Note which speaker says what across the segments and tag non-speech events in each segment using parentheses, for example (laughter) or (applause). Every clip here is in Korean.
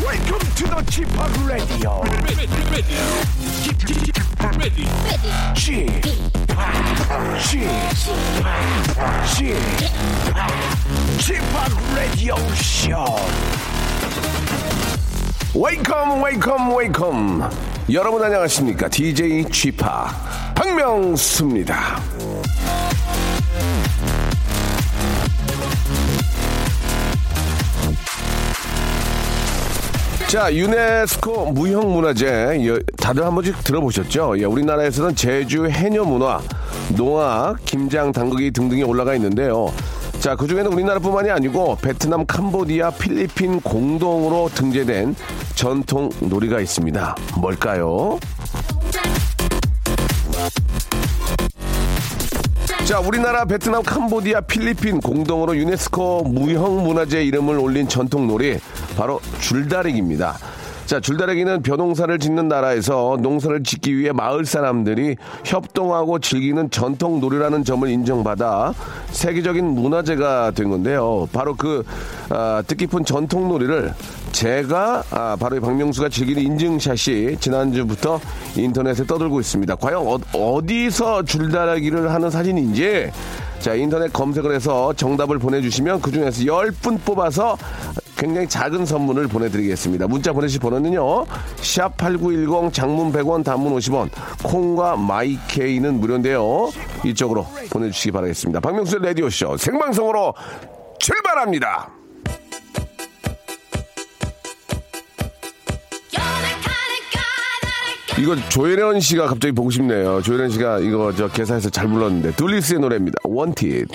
Speaker 1: Welcome to the g p o p Radio.
Speaker 2: ready, ready, ready,
Speaker 1: g p o p g p o p Radio Show. Welcome, welcome, welcome. 여러분 안녕하십니까? DJ g p o p 박명수입니다. 자, 유네스코 무형문화재. 여- 다들 한 번씩 들어보셨죠? 예, 우리나라에서는 제주 해녀문화, 농악, 김장, 당근이 등등이 올라가 있는데요. 자, 그중에는 우리나라뿐만이 아니고 베트남, 캄보디아, 필리핀 공동으로 등재된 전통 놀이가 있습니다. 뭘까요? 자, 우리나라, 베트남, 캄보디아, 필리핀 공동으로 유네스코 무형문화재 이름을 올린 전통 놀이 바로 줄다리기입니다. 자, 줄다리기는 벼농사를 짓는 나라에서 농사를 짓기 위해 마을 사람들이 협동하고 즐기는 전통 놀이라는 점을 인정받아 세계적인 문화재가 된 건데요. 바로 그 아, 뜻깊은 전통 놀이를 제가 아, 바로 이 박명수가 즐기는 인증샷이 지난주부터 인터넷에 떠돌고 있습니다. 과연 어, 디서 줄다리기를 하는 사진인지 자 인터넷 검색을 해서 정답을 보내주시면 그중에서 10분 뽑아서 굉장히 작은 선물을 보내드리겠습니다. 문자 보내실 번호는요. 샵8910 장문 100원 단문 50원 콩과 마이케이는 무료인데요. 이쪽으로 보내주시기 바라겠습니다. 박명수의 라디오쇼 생방송으로 출발합니다. 이거 조혜련 씨가 갑자기 보고 싶네요. 조혜련 씨가 이거 저 개사에서 잘 불렀는데 둘리스의 노래입니다. 원티드.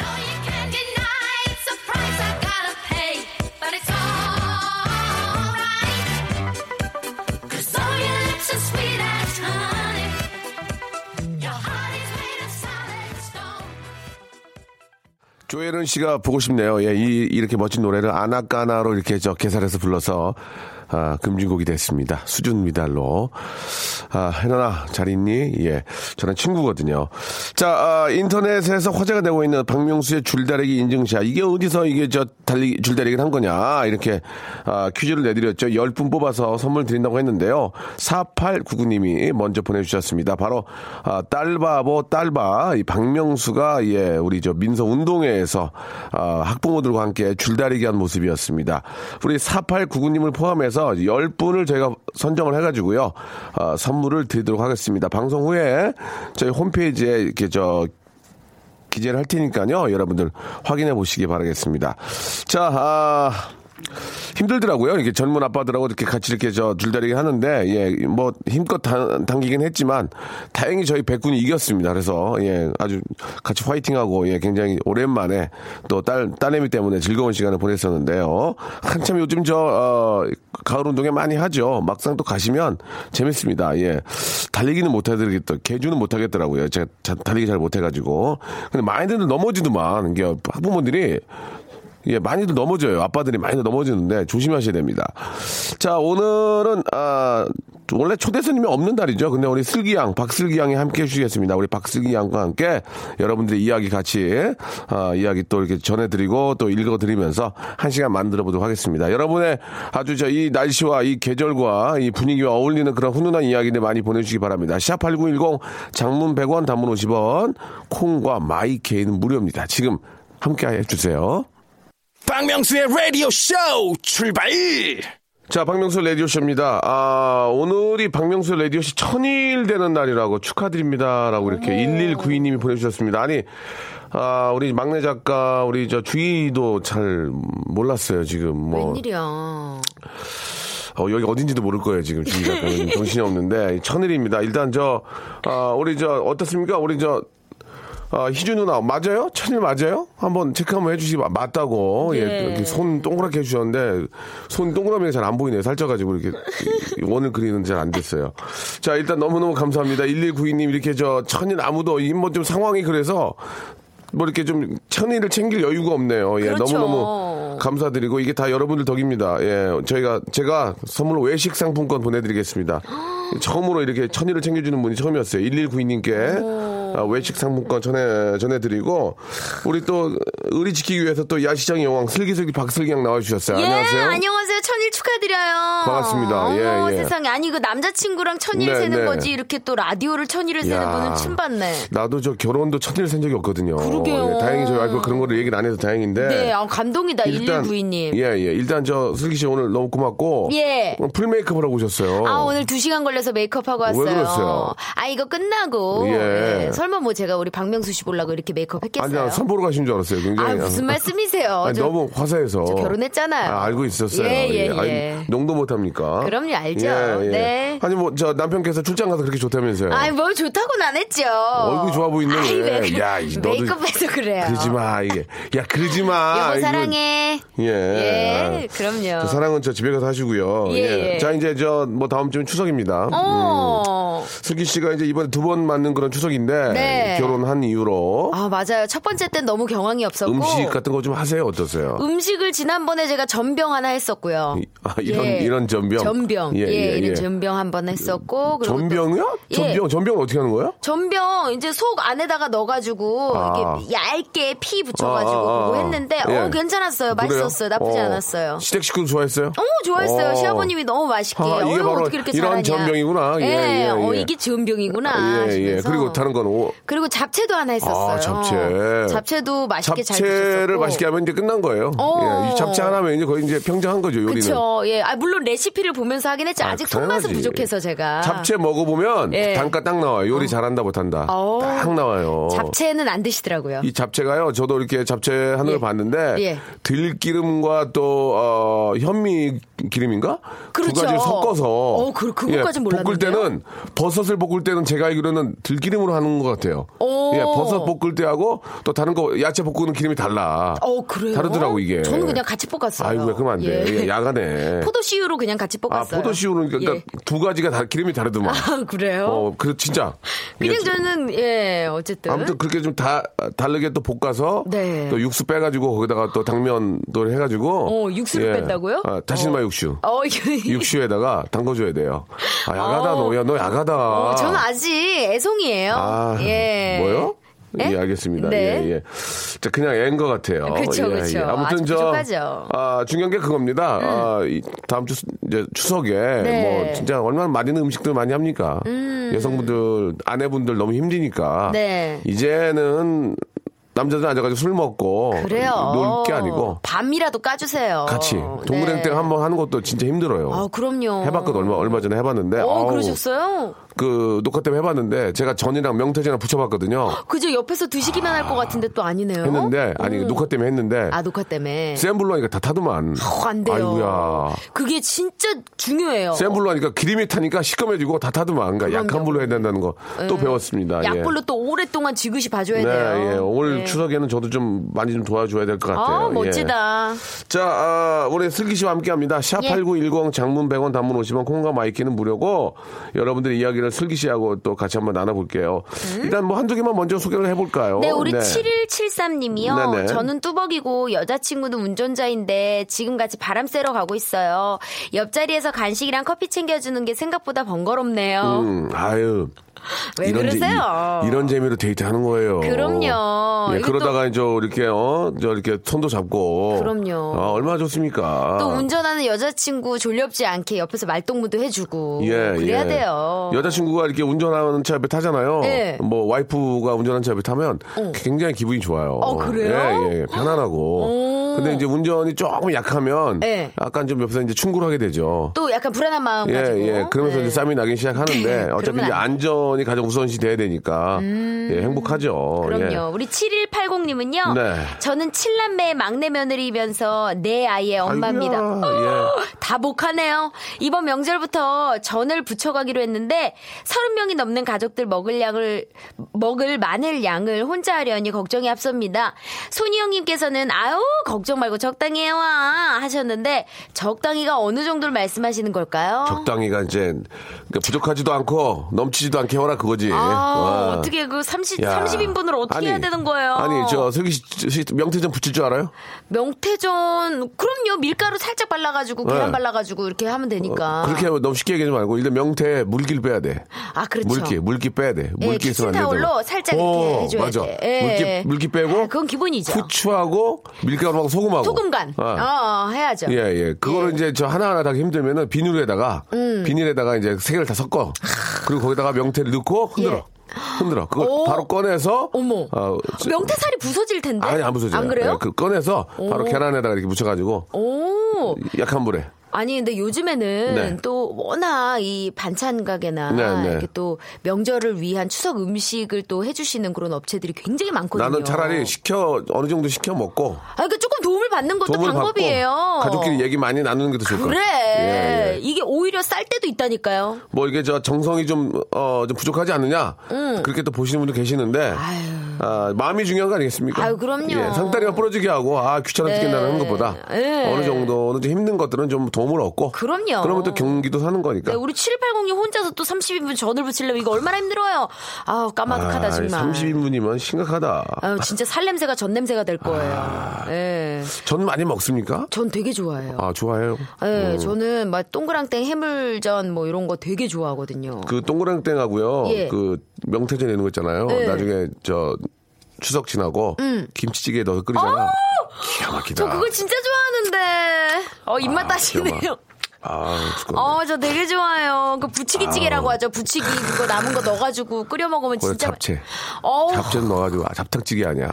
Speaker 3: Sweet as honey, your heart is made of solid stone.
Speaker 1: 조혜련 씨가 보고 싶네요. 예, 이, 이렇게 멋진 노래를 아나까나로 이렇게 저 개살해서 불러서 아, 금진곡이 됐습니다. 수준 미달로. 아, 혜나나, 잘 있니? 예. 저는 친구거든요. 자, 아, 인터넷에서 화제가 되고 있는 박명수의 줄다리기 인증샷. 이게 어디서 이게 저 달리, 줄다리기를 한 거냐. 이렇게, 아, 퀴즈를 내드렸죠. 10분 뽑아서 선물 드린다고 했는데요. 4899님이 먼저 보내주셨습니다. 바로, 아, 딸바보 딸바. 이 박명수가, 예, 우리 저 민서 운동회에서, 아, 학부모들과 함께 줄다리기 한 모습이었습니다. 우리 4899님을 포함해서 10분을 저희가 선정을 해가지고요. 아, 선물을 드리도록 하겠습니다. 방송 후에 저희 홈페이지에 이렇게 저 기재를 할 테니까요. 여러분들 확인해 보시기 바라겠습니다. 자, 아, 힘들더라고요. 이렇게 젊은 아빠들하고 이렇게 같이 이렇게 저 줄다리기 하는데, 예, 뭐 힘껏 당, 당기긴 했지만, 다행히 저희 백군이 이겼습니다. 그래서, 예, 아주 같이 화이팅하고, 예, 굉장히 오랜만에 또 딸, 딸내미 때문에 즐거운 시간을 보냈었는데요. 한참 요즘 저, 어, 가을 운동에 많이 하죠. 막상 또 가시면 재밌습니다. 예. 달리기는 못해드리겠다. 개주는 못하겠더라고요. 제가 자- 달리기 잘 못해가지고. 근데 많이들 넘어지더만. 이게 학부모들이 예, 많이들 넘어져요. 아빠들이 많이 넘어지는데 조심하셔야 됩니다. 자, 오늘은, 아, 원래 초대 손님이 없는 날이죠. 근데 우리 슬기 양, 박슬기 양이 함께 해주시겠습니다. 우리 박슬기 양과 함께 여러분들의 이야기 같이, 아, 이야기 또 이렇게 전해드리고 또 읽어드리면서 한 시간 만들어 보도록 하겠습니다. 여러분의 아주 저 이 날씨와 이 계절과 이 분위기와 어울리는 그런 훈훈한 이야기들 많이 보내주시기 바랍니다. 샵8910 장문 100원, 단문 50원, 콩과 마이케이는 무료입니다. 지금 함께 해주세요.
Speaker 4: 박명수의 라디오 쇼 출발!
Speaker 1: 자, 박명수 라디오쇼입니다. 아, 오늘이 박명수 라디오쇼 천일 되는 날이라고 축하드립니다. 라고 이렇게
Speaker 5: 네.
Speaker 1: 1192님이 보내주셨습니다. 아니, 아, 우리 막내 작가, 우리 저 주희도 잘 몰랐어요, 지금. 뭐.
Speaker 5: 웬일이야.
Speaker 1: 어, 여기 어딘지도 모를 거예요, 지금. 주희 작가는 정신이 없는데. 천일입니다. 일단 저, 아, 우리 저, 어떻습니까? 우리 저, 아, 희준 누나, 맞아요? 천일 맞아요? 한번 체크 한번 해주시기, 바- 맞다고. 예.
Speaker 5: 네.
Speaker 1: 이렇게 손 동그랗게 해주셨는데, 손 동그라미가 잘 안 보이네요. 살쪄가지고, 이렇게. 이 원을 그리는 잘 안 됐어요. 자, 일단 너무너무 감사합니다. 1192님, 이렇게 저, 천일 아무도, 이뭐좀 상황이 그래서, 뭐 이렇게 좀 천일을 챙길 여유가 없네요. 예,
Speaker 5: 그렇죠.
Speaker 1: 너무너무 감사드리고 이게 다 여러분들 덕입니다. 예, 저희가 제가 선물로 외식 상품권 보내드리겠습니다.
Speaker 5: 아.
Speaker 1: 처음으로 이렇게 천일을 챙겨주는 분이 처음이었어요. 1192님께 아, 외식 상품권 전해 전해드리고 우리 또 의리 지키기 위해서 또 야시장 여왕 슬기슬기 박슬기양 나와주셨어요. 안녕하세요.
Speaker 5: 예, 안녕하세요. 예, 천일 축하드려요.
Speaker 1: 반갑습니다.
Speaker 5: 어머,
Speaker 1: 예, 예.
Speaker 5: 세상에. 아니, 이거 남자친구랑 천일
Speaker 1: 네,
Speaker 5: 세는
Speaker 1: 네.
Speaker 5: 거지. 이렇게 또 라디오를 천일을 세는
Speaker 1: 야.
Speaker 5: 분은 춤받네.
Speaker 1: 나도 저 결혼도 첫일 센 적이 없거든요.
Speaker 5: 그러게요.
Speaker 1: 예, 다행히 저 아이고 그런 거를 얘기를 안 해서 다행인데.
Speaker 5: 네, 아, 감동이다. 1192님.
Speaker 1: 예, 예. 일단 저 슬기 씨 오늘 너무 고맙고.
Speaker 5: 예.
Speaker 1: 오늘 풀메이크업 하고 오셨어요.
Speaker 5: 아 오늘 두 시간 걸려서 메이크업하고 왔어요.
Speaker 1: 그러세요?
Speaker 5: 아 이거 끝나고
Speaker 1: 예.
Speaker 5: 예, 설마 뭐 제가 우리 박명수 씨 보려고 이렇게 메이크업했겠어요?
Speaker 1: 아니, 나 선보러 가신 줄 알았어요. 굉장히.
Speaker 5: 아, 무슨 말씀이세요?
Speaker 1: 아니,
Speaker 5: 저-
Speaker 1: 너무 화사해서.
Speaker 5: 저 결혼했잖아요.
Speaker 1: 아, 알고 있었어요.
Speaker 5: 예, 예,
Speaker 1: 아니,
Speaker 5: 예.
Speaker 1: 농도 못합니까? 예,
Speaker 5: 그럼요, 알죠. 네.
Speaker 1: 아니, 뭐, 저 남편께서 출장 가서 그렇게 좋다면서요.
Speaker 5: 아이 뭐 좋다고는 안 했죠.
Speaker 1: 얼굴이 좋아 보이네.
Speaker 5: 아이, 왜 그래.
Speaker 1: 야, 이- 너도-
Speaker 5: 메이크업해서 그래요.
Speaker 1: 그러지 마, 이게. 야, 그러지 마.
Speaker 5: 여보
Speaker 1: 이거-
Speaker 5: 사랑해.
Speaker 1: 예.
Speaker 5: 예,
Speaker 1: 아,
Speaker 5: 그럼요.
Speaker 1: 저 사랑은 저 집에 가서 하시고요.
Speaker 5: 예, 예.
Speaker 1: 자, 이제 저 뭐 다음 주면 추석입니다.
Speaker 5: 어.
Speaker 1: 슬기 씨가 이제 이번에 두 번 맞는 그런 추석인데
Speaker 5: 네.
Speaker 1: 결혼한 이후로
Speaker 5: 아 맞아요. 첫 번째 땐 너무 경황이 없었고
Speaker 1: 음식 같은 거 좀 하세요. 어떠세요?
Speaker 5: 음식을 지난번에 제가 전병 하나 했었고요.
Speaker 1: 이- 아, 이런 이런 전병.
Speaker 5: 음. 예. 전병. 예, 이런
Speaker 1: 예.
Speaker 5: 전병 한 번 했었고 그리고 또-
Speaker 1: 전병이요?
Speaker 5: 예.
Speaker 1: 전병 전병은 어떻게 하는 거예요?
Speaker 5: 전병 이제 속 안에다가 넣어가지고
Speaker 1: 아.
Speaker 5: 이렇게 얇게 피 붙여가지고
Speaker 1: 아, 아, 아.
Speaker 5: 그거 했는데
Speaker 1: 예.
Speaker 5: 어 괜찮았어요
Speaker 1: 그래요?
Speaker 5: 맛있었어요 나쁘지
Speaker 1: 어.
Speaker 5: 않았어요.
Speaker 1: 시댁 식구도 좋아했어요?
Speaker 5: 너무 좋아했어요
Speaker 1: 어.
Speaker 5: 시아버님이 너무 맛있게
Speaker 1: 아, 이게
Speaker 5: 어유
Speaker 1: 바로
Speaker 5: 어떻게 이렇게
Speaker 1: 이런
Speaker 5: 잘하냐
Speaker 1: 전병이구나. 예, 예,
Speaker 5: 어
Speaker 1: 예.
Speaker 5: 이게 전병이구나
Speaker 1: 아, 예, 예.
Speaker 5: 하시면서.
Speaker 1: 그리고 다른 건 오.
Speaker 5: 그리고 잡채도 하나 했었어요.
Speaker 1: 아, 잡채.
Speaker 5: 잡채도 맛있게 잘
Speaker 1: 잡채를
Speaker 5: 드셨었고.
Speaker 1: 맛있게 하면 이제 끝난 거예요.
Speaker 5: 어.
Speaker 1: 예, 이 잡채 하나면 이제 거의 이제 평정한 거죠, 요리는.
Speaker 5: 그쵸. 예. 아, 물론 레시피를 보면서 하긴 했지.
Speaker 1: 아,
Speaker 5: 아직 손맛은
Speaker 1: 당연하지.
Speaker 5: 부족해서 제가.
Speaker 1: 잡채 먹어보면
Speaker 5: 예.
Speaker 1: 단가 딱 나와요. 요리 잘한다 못한다.
Speaker 5: 어.
Speaker 1: 딱 나와요.
Speaker 5: 잡채는 안 드시더라고요.
Speaker 1: 이 잡채가요. 저도 이렇게 잡채 하는
Speaker 5: 아. 예.
Speaker 1: 걸 봤는데
Speaker 5: 예.
Speaker 1: 들기름과 또 어, 현미 기름인가
Speaker 5: 그렇죠.
Speaker 1: 두 가지를 섞어서 예,
Speaker 5: 어, 그- 그것까진
Speaker 1: 볶을
Speaker 5: 몰랐는데요?
Speaker 1: 때는 버섯을 볶을 때는 제가 알기로는 들기름으로 하는 것 같아요.
Speaker 5: 오.
Speaker 1: 예, 버섯 볶을 때하고 또 다른 거 야채 볶는 기름이 달라.
Speaker 5: 어, 그래요?
Speaker 1: 다르더라고 이게.
Speaker 5: 저는 그냥 같이 볶았어요.
Speaker 1: 아이고 그러면 안 돼.
Speaker 5: 예.
Speaker 1: 예, 야간에.
Speaker 5: 포도씨유로 그냥 같이
Speaker 1: 아
Speaker 5: 볶았어요.
Speaker 1: 포도씨우는 그러니까
Speaker 5: 예.
Speaker 1: 두 가지가 다 기름이 다르더만.
Speaker 5: 아, 그래요?
Speaker 1: 어, 그 진짜.
Speaker 5: 그냥
Speaker 1: 예,
Speaker 5: 저는, 예, 어쨌든.
Speaker 1: 아무튼 그렇게 좀 다 다르게 또 볶아서
Speaker 5: 네.
Speaker 1: 또 육수 빼가지고 거기다가 또 당면도 해가지고
Speaker 5: 어, 육수를 뺀다고요?
Speaker 1: 아, 다시마
Speaker 5: 어.
Speaker 1: 육수.
Speaker 5: 어, 이게-
Speaker 1: 육수에다가 담궈줘야 돼요. 아, 야가다
Speaker 5: 어.
Speaker 1: 너야 너 야가다.
Speaker 5: 어, 저는 아직 애송이에요.
Speaker 1: 아,
Speaker 5: 예.
Speaker 1: 뭐요?
Speaker 5: 예?
Speaker 1: 예, 알겠습니다.
Speaker 5: 네.
Speaker 1: 예, 예. 자, 그냥 애인 것 같아요. 예,
Speaker 5: 그쵸, 그쵸.
Speaker 1: 아무튼
Speaker 5: 아직
Speaker 1: 저,
Speaker 5: 부족하죠. 음.
Speaker 1: 아, 중요한 게 그겁니다. 아, 이 다음 주, 수- 이제 추석에,
Speaker 5: 네.
Speaker 1: 뭐, 진짜 얼마나 맛있는 음식들 많이 합니까? 여성분들, 아내분들 너무 힘드니까.
Speaker 5: 네.
Speaker 1: 이제는 남자들 앉아가지고 술 먹고.
Speaker 5: 그래요.
Speaker 1: 놀 게 아니고.
Speaker 5: 밤이라도 까주세요.
Speaker 1: 같이
Speaker 5: 네.
Speaker 1: 동그랭땡 한번 하는 것도 진짜 힘들어요.
Speaker 5: 아, 그럼요.
Speaker 1: 해봤거든 얼마 얼마 전에 해봤는데.
Speaker 5: 어,
Speaker 1: 아우,
Speaker 5: 그러셨어요?
Speaker 1: 그 녹화 때문에 해봤는데 제가 전이랑 명태전이랑 붙여봤거든요.
Speaker 5: 그저 옆에서 드시기만 할 것 같은데 또 아니네요.
Speaker 1: 했는데 아니 녹화 때문에 했는데
Speaker 5: 어? 음. 아, 녹화 때문에.
Speaker 1: 센 불로 하니까 다 타더만.
Speaker 5: 어, 안 돼요.
Speaker 1: 아이고야.
Speaker 5: 그게 진짜 중요해요.
Speaker 1: 센 불로 하니까 기름이 타니까 시꺼매지고 다 타더만. 그러니까 약한
Speaker 5: 그럼요. 음.
Speaker 1: 불로 해야 된다는 거 또 배웠습니다. 예.
Speaker 5: 약불로 또 오랫동안 지그시 봐줘야 돼요.
Speaker 1: 네, 예. 올
Speaker 5: 예.
Speaker 1: 추석에는 저도 좀 많이 좀 도와줘야 될 것 같아요.
Speaker 5: 아,
Speaker 1: 예.
Speaker 5: 멋지다.
Speaker 1: 자, 아, 우리 슬기 씨와 함께 합니다.
Speaker 5: 예.
Speaker 1: 샵8910 장문 100원 단문 50원 콩과 마이키는 무료고 여러분들의 이야기를 슬기 씨하고 또 같이 한번 나눠볼게요. 일단 뭐 한두 개만 먼저 소개를 해볼까요?
Speaker 5: 음. 네, 우리 7173님이요.
Speaker 1: 어, 네네.
Speaker 5: 저는 뚜벅이고 여자친구는 운전자인데 지금 같이 바람 쐬러 가고 있어요. 옆자리에서 간식이랑 커피 챙겨주는 게 생각보다 번거롭네요.
Speaker 1: 음, 아유.
Speaker 5: 왜
Speaker 1: 제-
Speaker 5: 그러세요?
Speaker 1: 이, 런 재미로 데이트하는 거예요.
Speaker 5: 그럼요.
Speaker 1: 예,
Speaker 5: 이것도-
Speaker 1: 그러다가 이제 이렇게 어, 저 이렇게 손도 잡고.
Speaker 5: 그럼요.
Speaker 1: 아, 얼마나 좋습니까?
Speaker 5: 또 운전하는 여자친구 졸렵지 않게 옆에서 말동무도 해주고
Speaker 1: 예,
Speaker 5: 그래야
Speaker 1: 예.
Speaker 5: 돼요.
Speaker 1: 여자친구가 이렇게 운전하는 차 옆에 타잖아요.
Speaker 5: 예.
Speaker 1: 뭐 와이프가 운전하는 차 옆에 타면
Speaker 5: 어.
Speaker 1: 굉장히 기분이 좋아요.
Speaker 5: 어, 그래요?
Speaker 1: 예, 예. 편안하고.
Speaker 5: 오.
Speaker 1: 근데 이제 운전이 조금 약하면
Speaker 5: 예.
Speaker 1: 약간 좀 옆에서 이제 충고를 하게 되죠.
Speaker 5: 또 약간 불안한 마음
Speaker 1: 예,
Speaker 5: 가지고.
Speaker 1: 예. 그러면서
Speaker 5: 네.
Speaker 1: 이제 쌈이 나기
Speaker 5: (clears throat)
Speaker 1: 시작하는데 어차피
Speaker 5: 그러면
Speaker 1: 이제
Speaker 5: 안 음.
Speaker 1: 안전이 가장 우선시 돼야 되니까 예, 행복하죠.
Speaker 5: 그럼요.
Speaker 1: 예.
Speaker 5: 우리 7180님은요.
Speaker 1: 네.
Speaker 5: 저는 칠남매의 막내 며느리이면서 내 아이의 엄마입니다.
Speaker 1: 아이고야, 예.
Speaker 5: 다 복하네요. 이번 명절부터 전을 부쳐가기로 했는데 30명이 넘는 가족들 먹을 양을 먹을 마늘 양을 혼자 하려니 걱정이 앞섭니다. 손희 형님께서는 아우 걱정 말고 적당히 해와 하셨는데 적당히가 어느 정도를 말씀하시는 걸까요?
Speaker 1: 적당히가 이제 그러니까 부족하지도 않고 넘치지도 않게 해라 그거지.
Speaker 5: 아,
Speaker 1: 와.
Speaker 5: 어떻게 그 30,
Speaker 1: 야.
Speaker 5: 30인분을 어떻게 해야
Speaker 1: 아니,
Speaker 5: 되는 거예요?
Speaker 1: 아니 저 슬기 씨, 씨 명태전 붙일 줄 알아요?
Speaker 5: 명태전 그럼요 밀가루 살짝 발라가지고 계란
Speaker 1: 네. 어,
Speaker 5: 발라가지고 이렇게 하면 되니까
Speaker 1: 그렇게 하면 너무 쉽게 얘기하지 말고 일단 명태에 물기를 빼야 돼.
Speaker 5: 아 그렇죠
Speaker 1: 물기 물기 빼야 돼. 물기
Speaker 5: 예,
Speaker 1: 있으면 안
Speaker 5: 키친타올로
Speaker 1: 되고.
Speaker 5: 살짝
Speaker 1: 어,
Speaker 5: 이렇게 해줘야
Speaker 1: 맞아.
Speaker 5: 돼. 예.
Speaker 1: 물기 물기 빼고
Speaker 5: 아, 그건 기본이죠
Speaker 1: 후추하고 밀가루하고 소금하고.
Speaker 5: 소금간.
Speaker 1: 어.
Speaker 5: 어, 어, 해야죠.
Speaker 1: 예, 예. 그거를 이제 저 하나하나 다 힘들면은 비닐에다가,
Speaker 5: 음.
Speaker 1: 비닐에다가 이제 세 개를 다 섞어. 그리고 거기다가 명태를 넣고 흔들어. 흔들어. 그걸
Speaker 5: 예. 오.
Speaker 1: 바로 꺼내서.
Speaker 5: 어머.
Speaker 1: 어, 저-
Speaker 5: 명태살이 부서질 텐데.
Speaker 1: 아니, 안 부서져요.
Speaker 5: 안 그래요?
Speaker 1: 예, 그 꺼내서 바로
Speaker 5: 오.
Speaker 1: 계란에다가 이렇게 묻혀가지고
Speaker 5: 오.
Speaker 1: 약한 불에.
Speaker 5: 아니 근데 요즘에는
Speaker 1: 네.
Speaker 5: 또 워낙 이 반찬 가게나
Speaker 1: 네, 네.
Speaker 5: 이렇게 또 명절을 위한 추석 음식을 또 해주시는 그런 업체들이 굉장히 많거든요.
Speaker 1: 나는 차라리 시켜, 어느 정도 시켜 먹고
Speaker 5: 아, 그러니까 조금 도움을 받는 것도
Speaker 1: 도움을
Speaker 5: 방법이에요.
Speaker 1: 받고 가족끼리 얘기 많이 나누는 게 더 좋을 것
Speaker 5: 그래.
Speaker 1: 같아요. 그러니까. 예, 예.
Speaker 5: 이게 오히려 쌀 때도 있다니까요.
Speaker 1: 뭐 이게 저 정성이 좀, 어, 좀 부족하지 않느냐. 그렇게 또 보시는 분도 계시는데.
Speaker 5: 아유.
Speaker 1: 아, 마음이 중요한 거 아니겠습니까?
Speaker 5: 아유, 그럼요. 네.
Speaker 1: 예, 상다리가 부러지게 하고, 아, 귀찮아 죽겠다는 하는 것보다.
Speaker 5: 예.
Speaker 1: 어느 정도는 좀 힘든 것들은 좀 도움을 얻고.
Speaker 5: 그럼요.
Speaker 1: 그러면 또 경기도 사는 거니까.
Speaker 5: 네, 우리 7806 혼자서 또 30인분 전을 부치려면 이거 얼마나 힘들어요. 아우, 까마득하다, 정말.
Speaker 1: 30인분이면 심각하다.
Speaker 5: 아유, 진짜 살 냄새가 전 냄새가 될
Speaker 1: 아.
Speaker 5: 거예요. 예.
Speaker 1: 전 많이 먹습니까?
Speaker 5: 전 되게 좋아해요.
Speaker 1: 아, 좋아해요.
Speaker 5: 예, 저는 막 동그랑땡 해물전 뭐 이런 거 되게 좋아하거든요.
Speaker 1: 그 동그랑땡하고요.
Speaker 5: 예.
Speaker 1: 그 명태전 있는 거 있잖아요.
Speaker 5: 네.
Speaker 1: 나중에 저 추석 지나고 김치찌개 넣어서 끓이잖아. 기가 막히다.
Speaker 5: 음. 저 그거 진짜 좋아하는데. 어, 입맛
Speaker 1: 아, 기가
Speaker 5: 따시네요.
Speaker 1: 아, 죽겠네.
Speaker 5: 어, 저 되게 좋아요. 그 부치기찌개라고 하죠. 부치기 그거 남은 거 넣어가지고 끓여 먹으면
Speaker 1: 거기다
Speaker 5: 진짜.
Speaker 1: 잡채.
Speaker 5: 어,
Speaker 1: 잡채는 넣어가지고 아, 잡탕찌개 아니야.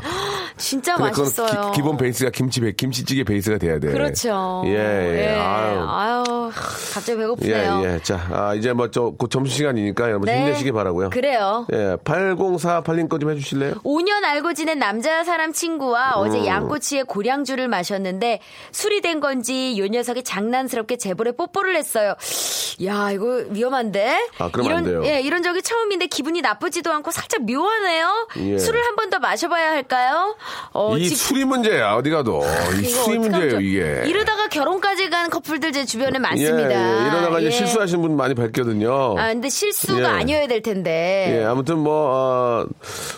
Speaker 5: 진짜
Speaker 1: 근데 그건
Speaker 5: 맛있어요.
Speaker 1: 기, 본 베이스가 김치 베- 김치찌개 베이스가 돼야 돼.
Speaker 5: 그렇죠.
Speaker 1: 예, 예. 아유.
Speaker 5: 아유, 갑자기
Speaker 1: 예,
Speaker 5: 배고프네요.
Speaker 1: 예. 자, 아, 이제 뭐저곧 점심 시간이니까 여러분
Speaker 5: 네.
Speaker 1: 힘내시기 바라고요.
Speaker 5: 그래요.
Speaker 1: 예, 8048님 거 좀 해주실래요?
Speaker 5: 5년 알고 지낸 남자 사람 친구와
Speaker 1: 음.
Speaker 5: 어제 양꼬치에 고량주를 마셨는데 술이 된 건지 요 녀석이 장난스럽게 제볼에 뽀뽀를 했어요. 야 이거 위험한데?
Speaker 1: 아, 그러면
Speaker 5: 이런,
Speaker 1: 안 돼요.
Speaker 5: 예, 이런 적이 처음인데 기분이 나쁘지도 않고 살짝 묘하네요.
Speaker 1: 예.
Speaker 5: 술을 한 번 더 마셔봐야 할까요? 어,
Speaker 1: 이
Speaker 5: 집-
Speaker 1: 술이 문제야 어디 가도 이
Speaker 5: 이거
Speaker 1: 술이
Speaker 5: 어떡하죠?
Speaker 1: 문제예요 이게.
Speaker 5: 이러다가 결혼까지 간 커플들 제 주변에
Speaker 1: 예,
Speaker 5: 많습니다.
Speaker 1: 예. 이러다가 이제
Speaker 5: 예.
Speaker 1: 실수하시는 분 많이 밝거든요.
Speaker 5: 아 근데 네. 실수가
Speaker 1: 어. 예.
Speaker 5: 아니어야 될 텐데.
Speaker 1: 예, 아무튼 뭐 어,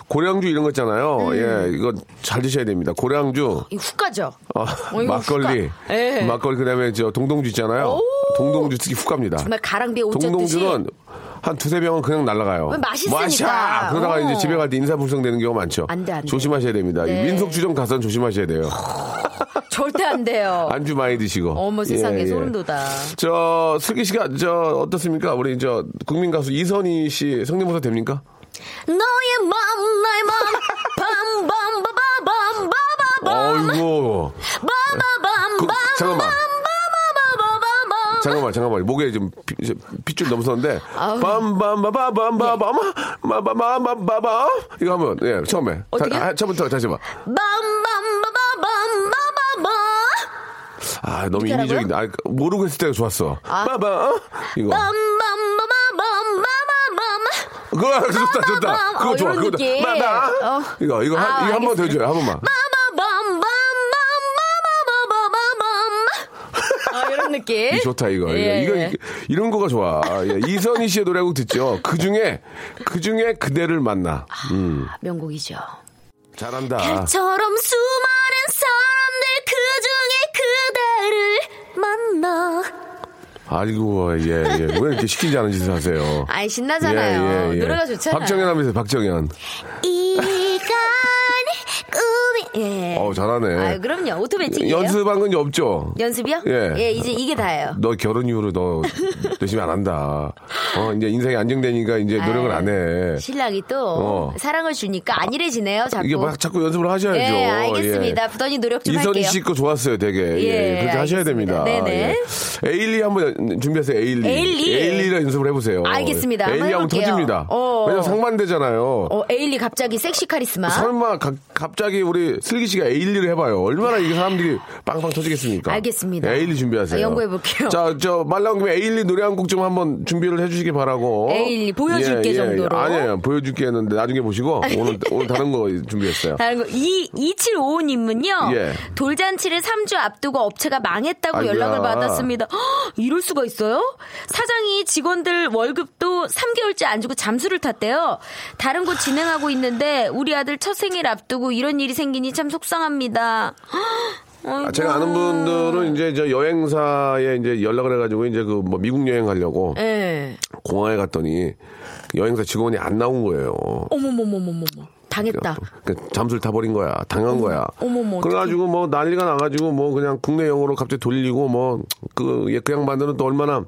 Speaker 1: 고량주 이런 거
Speaker 5: 음.
Speaker 1: 있잖아요. 예, 이거 잘 드셔야 됩니다. 고량주,
Speaker 5: 이 후가죠.
Speaker 1: 어,
Speaker 5: 이거
Speaker 1: 막걸리,
Speaker 5: 훅가. 예.
Speaker 1: 막걸리 그다음에 저 동동주 있잖아요.
Speaker 5: 오.
Speaker 1: 동동주 특히 훅 갑니다.
Speaker 5: 정말 가랑비에 옷 젖듯이.
Speaker 1: 동동주는 한 두세 병은 그냥 날아가요.
Speaker 5: 왜 맛있으니까.
Speaker 1: 마샤! 그러다가
Speaker 5: 어.
Speaker 1: 이제 집에 갈 때 인사불성 되는 경우가 많죠.
Speaker 5: 안 돼, 안 돼.
Speaker 1: 조심하셔야 됩니다.
Speaker 5: 네.
Speaker 1: 민속주점 가서는 조심하셔야 돼요.
Speaker 5: (laughs) 절대
Speaker 1: (laughs)
Speaker 5: 안 돼요.
Speaker 1: 안주 많이 드시고. 예,
Speaker 5: 어머 세상에 소름 돋아.
Speaker 1: 저 슬기 씨가 저 어떻습니까? 우리 저 국민 가수 이선희 씨 성대모사 됩니까?
Speaker 5: 너의 맘 나의 맘 밤밤바바밤바바밤
Speaker 1: 어이구. 그,
Speaker 5: 바바밤
Speaker 1: 잠깐만.
Speaker 5: 밤바바밤바밤
Speaker 1: 잠깐만 잠깐만 목에 좀 피- 저- 핏줄 넘었는데
Speaker 5: 아우.
Speaker 1: 빰빰바바밤바바마마마마바바 이거 하면 예 처음에
Speaker 5: 어떻게?
Speaker 1: 다, 아, 처음부터 다시 해봐
Speaker 5: 밤밤바바밤바바바
Speaker 1: 아 너무
Speaker 5: 이렇게 하라고요?
Speaker 1: 인위적인데 아, 모르고 했을 때가 좋았어
Speaker 5: 아.
Speaker 1: 빠바 어? 이거
Speaker 5: 밤밤바바밤바바밤
Speaker 1: 그거 좋다 좋다
Speaker 5: 빠바밤.
Speaker 1: 그거
Speaker 5: 어,
Speaker 1: 좋아
Speaker 5: 이런
Speaker 1: 그거
Speaker 5: 느낌.
Speaker 1: 빠바
Speaker 5: 어.
Speaker 1: 이거 이거 한-
Speaker 5: 아,
Speaker 1: 이거 한 번 더
Speaker 5: 알겠어요.
Speaker 1: 해줘요 한 번만
Speaker 5: 밤밤밤밤밤밤밤밤 아 이런 느낌
Speaker 1: 이 좋다 이거
Speaker 5: 예,
Speaker 1: 이거
Speaker 5: 예.
Speaker 1: 이- 이런 거가 좋아
Speaker 5: (laughs)
Speaker 1: 예, 이선희 씨의 노래곡 듣죠 그 중에 그 중에 그대를 만나 음,
Speaker 5: 아, 명곡이죠
Speaker 1: 잘한다
Speaker 5: 별처럼 수많은 사람들 그 중에 그대를 만나.
Speaker 1: 아이고 예예 왜 이렇게 시키지 않은 짓을 하세요
Speaker 5: 아이, 신나잖아요. 노래가 좋잖아요.
Speaker 1: 예, 박정현 하면서 박정현
Speaker 5: 이간 꿈이. 예.
Speaker 1: 어우 잘하네
Speaker 5: 아유, 네. 그럼요. 오토매틱이에요.
Speaker 1: 연습한 건 이제 없죠
Speaker 5: 이요
Speaker 1: 예.
Speaker 5: 이제 이게 다예요.
Speaker 1: 너 결혼 이후로 너 열심히 안 한다 어 이제 인생이 안정되니까 이제 노력을
Speaker 5: 아유,
Speaker 1: 안해
Speaker 5: 신랑이 또
Speaker 1: 네. 어.
Speaker 5: 사랑을 주니까 안일해지네요, 자꾸.
Speaker 1: 이게 막 자꾸 연습을 하셔야죠.
Speaker 5: 예, 알겠습니다.
Speaker 1: 예.
Speaker 5: 부더니 노력 좀
Speaker 1: 이선희
Speaker 5: 할게요.
Speaker 1: 씨 거 좋았어요, 되게. 예,
Speaker 5: 예,
Speaker 1: 그렇게 하셔야 됩니다.
Speaker 5: 알겠습니다. 네네.
Speaker 1: 예. 에일리 한번 준비하세요, 에일리.
Speaker 5: 에일리?
Speaker 1: 에일리를 연습을 해보세요.
Speaker 5: 알겠습니다. 한번
Speaker 1: 에일리 하면
Speaker 5: 해볼게요.
Speaker 1: 터집니다.
Speaker 5: 어.
Speaker 1: 왜냐면 상반되잖아요.
Speaker 5: 어, 에일리 갑자기 섹시 카리스마.
Speaker 1: 설마 가- 갑자기 우리 슬기 씨가 에일리를 해봐요. 얼마나 이게 사람들이 빵빵 터지겠습니까?
Speaker 5: 알겠습니다.
Speaker 1: 에일리 준비하세요.
Speaker 5: 아, 연구해볼게요.
Speaker 1: 자, 저말 나온 김에 에일리 노래 한 곡 좀 한번 준비를 해주시기 바라고. 예,
Speaker 5: 에일리 보여줄게 정도로. 아, 예.
Speaker 1: 아니에요, 보여줄게 했는데 나중에 보시고 오늘 오늘 다른 거 준비했어요.
Speaker 5: 다른 거, 이, 2755님은요,
Speaker 1: 예.
Speaker 5: 돌잔치를 3주 앞두고 업체가 망했다고
Speaker 1: 아이고야.
Speaker 5: 연락을 받았습니다. 헉, 이럴 수가 있어요? 사장이 직원들 월급도 3개월째 안 주고 잠수를 탔대요. 다른 곳 진행하고 있는데, 우리 아들 첫 생일 앞두고 이런 일이 생기니 참 속상합니다.
Speaker 1: 아, 제가 아는 분들은 이제 저 여행사에 이제 연락을 해가지고 이제 그 뭐 미국 여행 가려고
Speaker 5: 예.
Speaker 1: 공항에 갔더니 여행사 직원이 안 나온 거예요.
Speaker 5: 어머머머머머머. 당했다.
Speaker 1: 그러니까 잠수를 타버린 거야. 당한 거야.
Speaker 5: 어머머,
Speaker 1: 그래가지고 뭐 난리가 나가지고 뭐 그냥 국내 영어로 갑자기 돌리고 뭐그 예, 그 양반들은 또 얼마나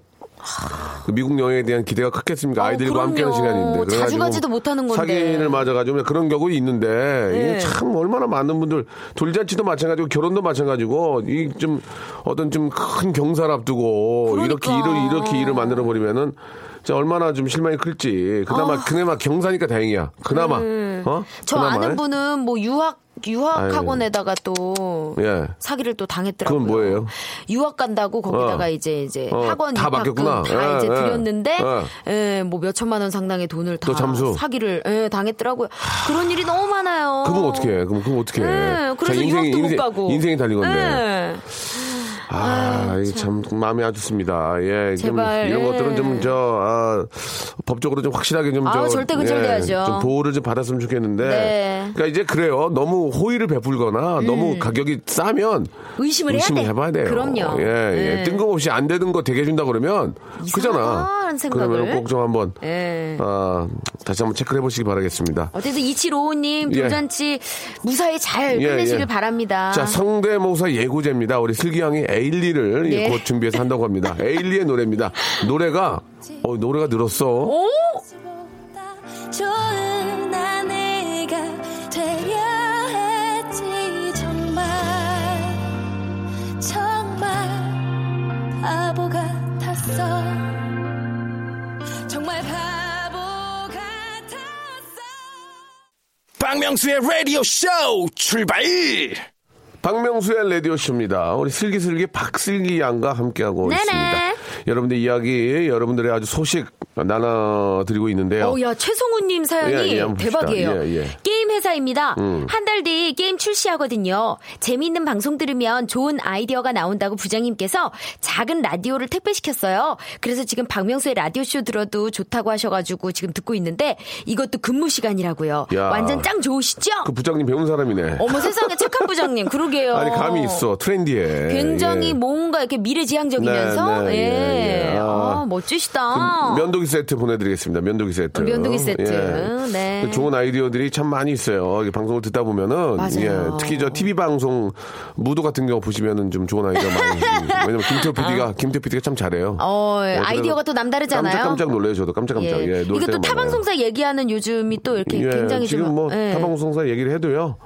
Speaker 1: 그 미국 영화에 대한 기대가 컸겠습니까?
Speaker 5: 어,
Speaker 1: 아이들과
Speaker 5: 그럼요.
Speaker 1: 함께하는 시간인데.
Speaker 5: 자주
Speaker 1: 그래가지고
Speaker 5: 가지도 못하는 건데.
Speaker 1: 사기를 맞아가지고 그냥 그런 경우 있는데 이게
Speaker 5: 네.
Speaker 1: 참 얼마나 많은 분들 돌잔치도 마찬가지고 결혼도 마찬가지고 이 좀 어떤 좀 큰 경사를 앞두고 이렇게
Speaker 5: 그러니까.
Speaker 1: 일을 이렇게 일을 만들어 버리면은 진짜 얼마나 좀 실망이 클지. 그나마 그나마 경사니까 다행이야. 그나마 어?
Speaker 5: 아. 음. 저
Speaker 1: 그나마,
Speaker 5: 아는
Speaker 1: 예?
Speaker 5: 분은 뭐 유학 유학
Speaker 1: 아유.
Speaker 5: 학원에다가 또
Speaker 1: 예.
Speaker 5: 사기를 또 당했더라고요.
Speaker 1: 그건 뭐예요?
Speaker 5: 유학 간다고 거기다가
Speaker 1: 어.
Speaker 5: 이제 이제
Speaker 1: 어,
Speaker 5: 학원
Speaker 1: 다
Speaker 5: 입학금
Speaker 1: 바뀌었구나.
Speaker 5: 다
Speaker 1: 예,
Speaker 5: 이제
Speaker 1: 예.
Speaker 5: 드렸는데 예, 뭐 몇천만 원 상당의 돈을 다
Speaker 1: 또 잠수.
Speaker 5: 사기를 예, 당했더라고요. 그런 일이 너무 많아요.
Speaker 1: 그분 어떻게 해? 그럼 그럼 어떻게 해?
Speaker 5: 예,
Speaker 1: 자,
Speaker 5: 그래서
Speaker 1: 인생이-
Speaker 5: 유학도 못
Speaker 1: 인생-
Speaker 5: 가고
Speaker 1: 인생이 달린 건데.
Speaker 5: 예.
Speaker 1: 아, 이게 참 마음이 아프습니다. 예, 좀
Speaker 5: 제발,
Speaker 1: 이런
Speaker 5: 예.
Speaker 1: 것들은 좀 저 아, 법적으로 좀 확실하게 좀
Speaker 5: 아우,
Speaker 1: 저,
Speaker 5: 절대 근절돼야죠.
Speaker 1: 예, 좀 보호를 좀 받았으면 좋겠는데.
Speaker 5: 네.
Speaker 1: 그러니까 이제 그래요. 너무 호의를 베풀거나
Speaker 5: 음.
Speaker 1: 너무 가격이 싸면
Speaker 5: 의심을 해야 돼.
Speaker 1: 봐야 돼요.
Speaker 5: 그럼요.
Speaker 1: 예, 예.
Speaker 5: 예.
Speaker 1: 뜬금없이 안 되는 거 되게 준다 그러면 그잖아.
Speaker 5: 이상하다는 생각을.
Speaker 1: 그러면 꼭 좀 한번
Speaker 5: 예.
Speaker 1: 아, 다시 한번 체크를 해보시기 바라겠습니다.
Speaker 5: 어쨌든 2755님
Speaker 1: 예.
Speaker 5: 돌잔치 무사히 잘
Speaker 1: 예,
Speaker 5: 끝내시길
Speaker 1: 예.
Speaker 5: 바랍니다.
Speaker 1: 자, 성대모사 예고제입니다. 우리 슬기양이 에일리를
Speaker 5: 네.
Speaker 1: 예, 곧 준비해서 한다고
Speaker 5: (laughs)
Speaker 1: 합니다. 에일리의 노래입니다. 노래가, 어, 노래가 늘었어.
Speaker 5: 오!
Speaker 3: 좋은 아내가 되려 했지 정말 정말 바보 같았어 정말 바보 같았어
Speaker 4: 박명수의 라디오 쇼 출발!
Speaker 1: 박명수의 라디오쇼입니다. 우리 슬기슬기 박슬기 양과 함께하고
Speaker 5: 네네.
Speaker 1: 있습니다. 여러분들 이야기, 여러분들의 아주 소식 나눠드리고 있는데요.
Speaker 5: 어, 야, 최성우님
Speaker 1: 예,
Speaker 5: 사연이
Speaker 1: 예, 한번 봅시다.
Speaker 5: 대박이에요.
Speaker 1: 예, 음. 예.
Speaker 5: 게임 회사입니다. 한 달 뒤 게임 출시하거든요. 재미있는 방송 들으면 좋은 아이디어가 나온다고 부장님께서 작은 라디오를 택배시켰어요. 그래서 지금 박명수의 라디오쇼 들어도 좋다고 하셔가지고 지금 듣고 있는데 이것도 근무 시간이라고요.
Speaker 1: 야.
Speaker 5: 완전 짱 좋으시죠?
Speaker 1: 그 부장님 배운 사람이네.
Speaker 5: 어머 세상에 착한 부장님 그러게요.
Speaker 1: 아니, 감이 있어. 트렌디해.
Speaker 5: 굉장히 뭐-
Speaker 1: 예.
Speaker 5: 뭔가 이렇게 미래지향적이면서
Speaker 1: 네, 네,
Speaker 5: 예.
Speaker 1: 예, 예.
Speaker 5: 아,
Speaker 1: 아. 그
Speaker 5: 멋지시다.
Speaker 1: 면도기 세트 보내드리겠습니다. 면도기 세트.
Speaker 5: 어, 면도기 세트. 네.
Speaker 1: 그 좋은 아이디어들이 참 많이 있어요. 이게 방송을 듣다 보면은.
Speaker 5: 맞아요.
Speaker 1: 예, 특히 저 TV 방송 무도 같은 경우 보시면은 좀 좋은 아이디어 많이. 있습니다.
Speaker 5: (laughs)
Speaker 1: 왜냐면 김태호 PD가, 김태호 PD가 참 잘해요.
Speaker 5: 어,
Speaker 1: 예,
Speaker 5: 아이디어가
Speaker 1: 그래서
Speaker 5: 또 남다르잖아요.
Speaker 1: 깜짝 깜짝 놀래요, 저도. 깜짝 깜짝. 예, 놀
Speaker 5: 이게 또
Speaker 1: 때가 많아요.
Speaker 5: 타방송사 얘기하는 요즘이 또 이렇게
Speaker 1: 예,
Speaker 5: 굉장히
Speaker 1: 지금
Speaker 5: 좀,
Speaker 1: 뭐
Speaker 5: 예.
Speaker 1: 타방송사 얘기를 해도요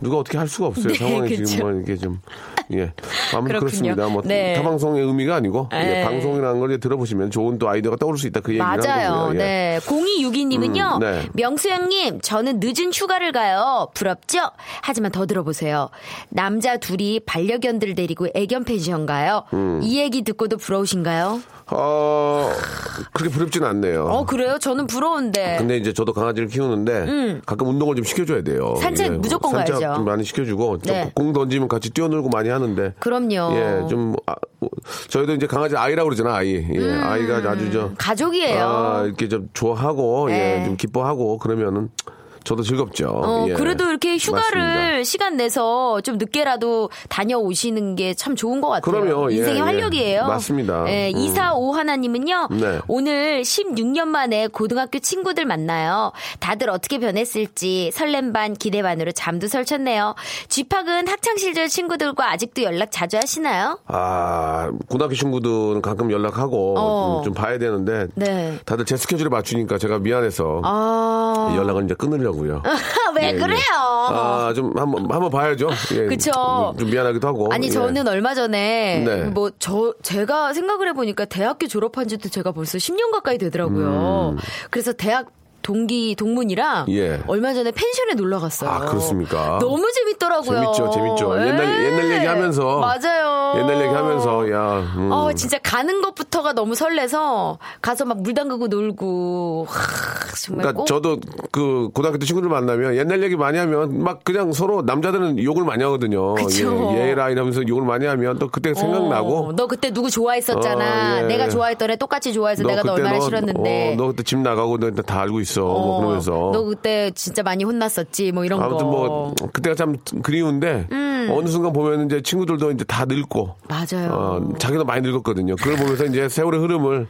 Speaker 1: 누가 어떻게 할 수가 없어요
Speaker 5: 네,
Speaker 1: 상황이
Speaker 5: 그쵸.
Speaker 1: 지금 뭐 이렇게 좀예 아무튼
Speaker 5: 그렇군요.
Speaker 1: 그렇습니다 뭐
Speaker 5: 네.
Speaker 1: 타방송의 의미가 아니고 예,
Speaker 5: 예.
Speaker 1: 방송이라는 걸 이제 들어보시면 좋은 또 아이디어가 떠오를 수 있다 그 얘기를 한
Speaker 5: 맞아요.
Speaker 1: 거고요 예.
Speaker 5: 네. 0262님은요.
Speaker 1: 음, 네.
Speaker 5: 명수 형님, 저는 늦은 휴가를 가요. 부럽죠? 하지만 더 들어보세요. 남자 둘이 반려견들 데리고 애견 펜션 가요.
Speaker 1: 음.
Speaker 5: 이 얘기 듣고도 부러우신가요?
Speaker 1: 어 그렇게 부럽진 않네요
Speaker 5: 어, 그래요? 저는 부러운데.
Speaker 1: 근데 이제 저도 아. 강아지를 키우는데 가끔 운동을 좀 시켜줘야 돼요.
Speaker 5: 음. 산책
Speaker 1: 예,
Speaker 5: 무조건
Speaker 1: 산책
Speaker 5: 가야죠.
Speaker 1: 좀 많이 시켜주고 좀
Speaker 5: 네.
Speaker 1: 공 던지면 같이 뛰어놀고 많이 하는데.
Speaker 5: 그럼요.
Speaker 1: 예, 좀 아, 뭐, 저희도 이제 강아지 아이라고 그러잖아 아이. 예,
Speaker 5: 음.
Speaker 1: 아이가 아주 저
Speaker 5: 가족이에요.
Speaker 1: 아, 이렇게 좀 좋아하고
Speaker 5: 네.
Speaker 1: 예, 좀 기뻐하고 그러면은 저도 즐겁죠.
Speaker 5: 어,
Speaker 1: 예.
Speaker 5: 그래도 이렇게 휴가를
Speaker 1: 맞습니다.
Speaker 5: 시간 내서 좀 늦게라도 다녀오시는 게 참 좋은 것 같아요.
Speaker 1: 그럼요. 예,
Speaker 5: 인생의
Speaker 1: 예.
Speaker 5: 활력이에요.
Speaker 1: 맞습니다.
Speaker 5: 예,
Speaker 1: 음.
Speaker 5: 245 하나님은요.
Speaker 1: 네.
Speaker 5: 오늘 16년 만에 고등학교 친구들 만나요. 다들 어떻게 변했을지 설렘 반 기대 반으로 잠도 설쳤네요. 쥐팍은 학창 시절 친구들과 아직도 연락 자주 하시나요?
Speaker 1: 아, 고등학교 친구들은 가끔 연락하고
Speaker 5: 어.
Speaker 1: 좀, 좀 봐야 되는데
Speaker 5: 네.
Speaker 1: 다들 제 스케줄에 맞추니까 제가 미안해서
Speaker 5: 아,
Speaker 1: 연락을 이제 끊으려고요.
Speaker 5: (laughs) 왜
Speaker 1: 예, 예.
Speaker 5: 그래요?
Speaker 1: 아, 좀 한번 한번 봐야죠. 예.
Speaker 5: 그쵸.
Speaker 1: 좀, 좀 미안하기도 하고.
Speaker 5: 아니
Speaker 1: 예.
Speaker 5: 저는 얼마 전에
Speaker 1: 네.
Speaker 5: 뭐 저 제가 생각을 해보니까 대학교 졸업한 지도 제가 벌써 10년 가까이 되더라고요. 그래서 대학 동기 동문이랑
Speaker 1: 음. 예.
Speaker 5: 얼마 전에 펜션에 놀러 갔어요.
Speaker 1: 아, 그렇습니까?
Speaker 5: 너무 재밌더라고요.
Speaker 1: 재밌죠, 재밌죠. 옛날- 옛날 얘기하면서.
Speaker 5: 예. 맞아요.
Speaker 1: 옛날 얘기하면서 야. 음.
Speaker 5: 어, 진짜 가는 것부터가 너무 설레서 가서 막 물 담그고 놀고 하, 정말
Speaker 1: 그러니까
Speaker 5: 꼭
Speaker 1: 저도 그 고등학교 때 친구들 만나면 옛날 얘기 많이 하면 막 그냥 서로 남자들은 욕을 많이 하거든요.
Speaker 5: 그쵸.
Speaker 1: 예, 얘라 이러면서 욕을 많이 하면 또 그때 생각나고
Speaker 5: 어, 너 그때 누구 좋아했었잖아.
Speaker 1: 어, 예.
Speaker 5: 내가 좋아했더래 똑같이 좋아해서 내가 너
Speaker 1: 그때
Speaker 5: 얼마나
Speaker 1: 너-
Speaker 5: 싫었는데.
Speaker 1: 어, 너 그때 집 나가고 너 다 알고 있어. 뭐 그러면서.
Speaker 5: 너 그때 진짜 많이 혼났었지 뭐 이런
Speaker 1: 아무튼
Speaker 5: 거. 음.
Speaker 1: 뭐 그때가 참 그리운데 어느 순간 보면 이제 친구들도 이제 다 늙고
Speaker 5: 맞아요.
Speaker 1: 어, 자기도 많이 늙었거든요. 그걸 보면서 이제 세월의 흐름을